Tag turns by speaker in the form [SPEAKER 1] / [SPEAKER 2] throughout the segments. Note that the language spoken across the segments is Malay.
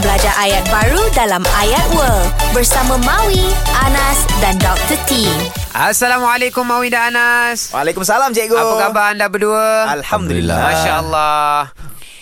[SPEAKER 1] Ada ayat baru dalam Ayat World bersama Maui, Anas dan Dr. T.
[SPEAKER 2] Assalamualaikum Mawi dan Anas.
[SPEAKER 3] Waalaikumsalam cikgu.
[SPEAKER 2] Apa khabar anda berdua?
[SPEAKER 3] Alhamdulillah.
[SPEAKER 2] Masya-Allah.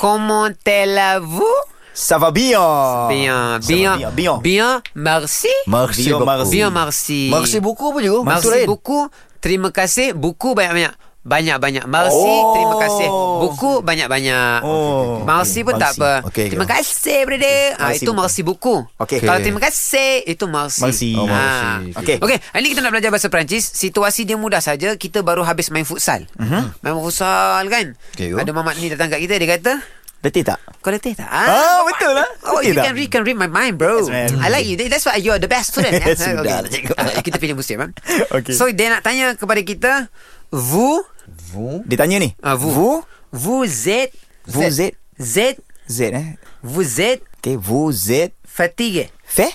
[SPEAKER 2] Comment allez-vous?
[SPEAKER 3] Ça va bien.
[SPEAKER 2] Bien,
[SPEAKER 3] Ça
[SPEAKER 2] bien,
[SPEAKER 3] va
[SPEAKER 2] bien, bien, merci.
[SPEAKER 3] Merci
[SPEAKER 4] Bien,
[SPEAKER 3] beaucoup.
[SPEAKER 2] Bien, merci.
[SPEAKER 4] Maksud buku apa cikgu? Maksud
[SPEAKER 2] Merci
[SPEAKER 4] lain?
[SPEAKER 2] buku. Terima kasih buku banyak-banyak. Banyak-banyak. Merci,
[SPEAKER 3] Oh.
[SPEAKER 2] terima kasih. Buku banyak-banyak.
[SPEAKER 3] Oh.
[SPEAKER 2] Merci pun
[SPEAKER 4] Okey,
[SPEAKER 2] tak
[SPEAKER 4] merci.
[SPEAKER 2] apa.
[SPEAKER 4] Okey,
[SPEAKER 2] terima
[SPEAKER 4] okey.
[SPEAKER 2] kasih, brother. Ah,
[SPEAKER 3] Merci
[SPEAKER 2] itu
[SPEAKER 3] buku.
[SPEAKER 2] merci buku.
[SPEAKER 3] Okey.
[SPEAKER 2] Kalau terima kasih, itu merci.
[SPEAKER 3] Merci.
[SPEAKER 2] Ah.
[SPEAKER 3] Oh,
[SPEAKER 4] merci.
[SPEAKER 3] Okey.
[SPEAKER 2] Okey, hari ni kita nak belajar bahasa Perancis. Situasi dia mudah saja. Kita baru habis main futsal.
[SPEAKER 3] Mhm.
[SPEAKER 2] Main futsal kan?
[SPEAKER 4] Okey, go.
[SPEAKER 2] Ada mamat ni datang kat kita, dia kata...
[SPEAKER 3] Letih tak?
[SPEAKER 2] Kau letih tak?
[SPEAKER 3] Ah, betul lah.
[SPEAKER 2] Oh,
[SPEAKER 3] Letih
[SPEAKER 2] you
[SPEAKER 3] tak?
[SPEAKER 2] can, you can read my mind, bro.
[SPEAKER 3] Yes, man.
[SPEAKER 2] I like you. That's why you're the best student. ya?
[SPEAKER 3] Sudah
[SPEAKER 2] Okay.
[SPEAKER 3] lah, cikgu.
[SPEAKER 2] Ah, Kita pilih musim, kan?
[SPEAKER 3] Okey.
[SPEAKER 2] So, dia nak tanya kepada kita, vous,
[SPEAKER 3] Dia tanya ni.
[SPEAKER 2] ah, vous, vous, vous êtes,
[SPEAKER 3] Vous êtes-
[SPEAKER 2] Z,
[SPEAKER 3] Z eh.
[SPEAKER 2] vous êtes
[SPEAKER 3] Okay, vous êtes
[SPEAKER 2] fatigué.
[SPEAKER 3] fait?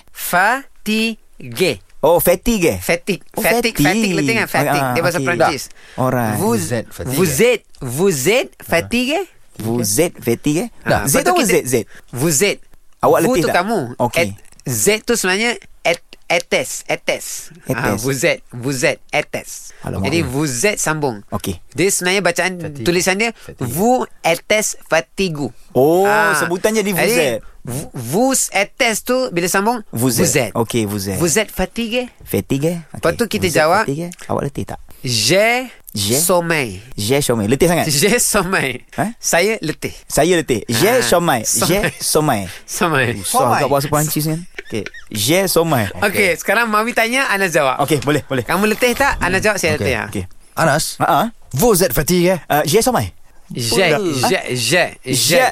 [SPEAKER 2] Fatigué.
[SPEAKER 3] Oh, fatigue eh?
[SPEAKER 2] Fatigue.
[SPEAKER 3] Oh,
[SPEAKER 2] fatigue.
[SPEAKER 3] fatigue.
[SPEAKER 2] Fatigue. Letih kan? Fatigue.
[SPEAKER 3] Ah,
[SPEAKER 2] Dia bahasa
[SPEAKER 3] okey.
[SPEAKER 2] Perancis.
[SPEAKER 3] Dah. Alright.
[SPEAKER 2] Vous,
[SPEAKER 4] Vous êtes fatigué.
[SPEAKER 2] vous êtes, vous êtes fatigué.
[SPEAKER 3] Vous êtes fatigue eh?
[SPEAKER 2] Ah,
[SPEAKER 3] Z
[SPEAKER 2] lepas tu
[SPEAKER 3] atau
[SPEAKER 2] kita-
[SPEAKER 3] Z? Z.
[SPEAKER 2] Vous êtes.
[SPEAKER 3] Awak
[SPEAKER 2] Vous
[SPEAKER 3] letih
[SPEAKER 2] tu
[SPEAKER 3] tak?
[SPEAKER 2] kamu.
[SPEAKER 3] Okey.
[SPEAKER 2] Et- Z tu sebenarnya et, etes, etes.
[SPEAKER 3] Etes.
[SPEAKER 2] Ah, vous êtes, vous êtes, etes.
[SPEAKER 3] Alamak.
[SPEAKER 2] Jadi vous êtes sambung.
[SPEAKER 3] Okey.
[SPEAKER 2] Dia sebenarnya bacaan
[SPEAKER 4] Fatigue.
[SPEAKER 2] tulisan dia
[SPEAKER 4] Fatigue.
[SPEAKER 2] vous etes fatigu.
[SPEAKER 3] Oh, sebutan jadi vous
[SPEAKER 2] Ah, jadi,
[SPEAKER 3] êtes.
[SPEAKER 2] vous- Vous etes tu bila sambung
[SPEAKER 3] Vous êtes.
[SPEAKER 2] êtes.
[SPEAKER 3] Okey, vous êtes.
[SPEAKER 2] Vous êtes fatigué?
[SPEAKER 3] Fatigue eh? Okay.
[SPEAKER 2] Lepas tu kita
[SPEAKER 3] Vous êtes
[SPEAKER 2] jawab-
[SPEAKER 3] fatigue eh? Awak letih tak?
[SPEAKER 2] J'ai
[SPEAKER 3] J'ai.
[SPEAKER 2] sommeil.
[SPEAKER 3] J'ai sommeil. Letih sangat?
[SPEAKER 2] J'ai sommeil.
[SPEAKER 3] Eh?
[SPEAKER 2] Saya letih.
[SPEAKER 3] Saya letih.
[SPEAKER 2] Ah,
[SPEAKER 3] J'ai sommeil.
[SPEAKER 2] sommeil.
[SPEAKER 3] J'ai sommeil.
[SPEAKER 2] Sommeil.
[SPEAKER 3] Susah agak bahasa Perancis kan? Okay. J'ai sommeil.
[SPEAKER 2] Okey, sekarang Mami tanya, Ana jawab.
[SPEAKER 3] Okay, boleh, boleh.
[SPEAKER 2] Kamu letih tak? Ana jawab saya letih. ah.
[SPEAKER 3] Okay.
[SPEAKER 4] Anas
[SPEAKER 3] Ah, ah.
[SPEAKER 4] Vous êtes fatigué
[SPEAKER 3] Uh, j'ai sommeil.
[SPEAKER 2] J'ai, j'ai, j'ai, j'ai,
[SPEAKER 3] J'ai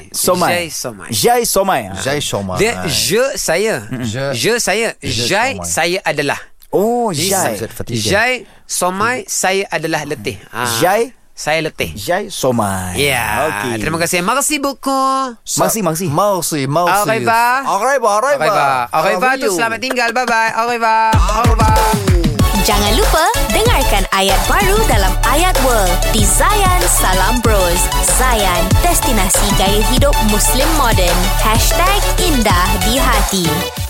[SPEAKER 2] J'ai
[SPEAKER 3] sommeil.
[SPEAKER 2] sommeil.
[SPEAKER 3] Ah. J'ai sommeil.
[SPEAKER 4] J'ai chômage
[SPEAKER 2] Dia je saya.
[SPEAKER 4] Je.
[SPEAKER 2] Je saya.
[SPEAKER 4] Je
[SPEAKER 2] Jai
[SPEAKER 4] somai.
[SPEAKER 2] saya adalah.
[SPEAKER 3] Oh,
[SPEAKER 2] Jadi,
[SPEAKER 3] j'ai.
[SPEAKER 4] J'ai fatigué.
[SPEAKER 2] Jai somai saya adalah letih. Ah,
[SPEAKER 3] J'ai.
[SPEAKER 2] saya letih.
[SPEAKER 3] J'ai sommeil.
[SPEAKER 2] Ya. Yeah. Okay. Terima kasih. Merci beaucoup.
[SPEAKER 3] Merci, merci.
[SPEAKER 4] Merci, merci
[SPEAKER 2] Au revoir.
[SPEAKER 3] Au revoir, au
[SPEAKER 2] Au revoir. Au revoir tu
[SPEAKER 4] you?
[SPEAKER 2] selamat tinggal. Bye bye. Au revoir. Au revoir.
[SPEAKER 1] Jangan lupa dengarkan ayat baru dalam Ayat World di Zayan Salam Bros. Zayan, destinasi gaya hidup Muslim modern. #IndahDiHati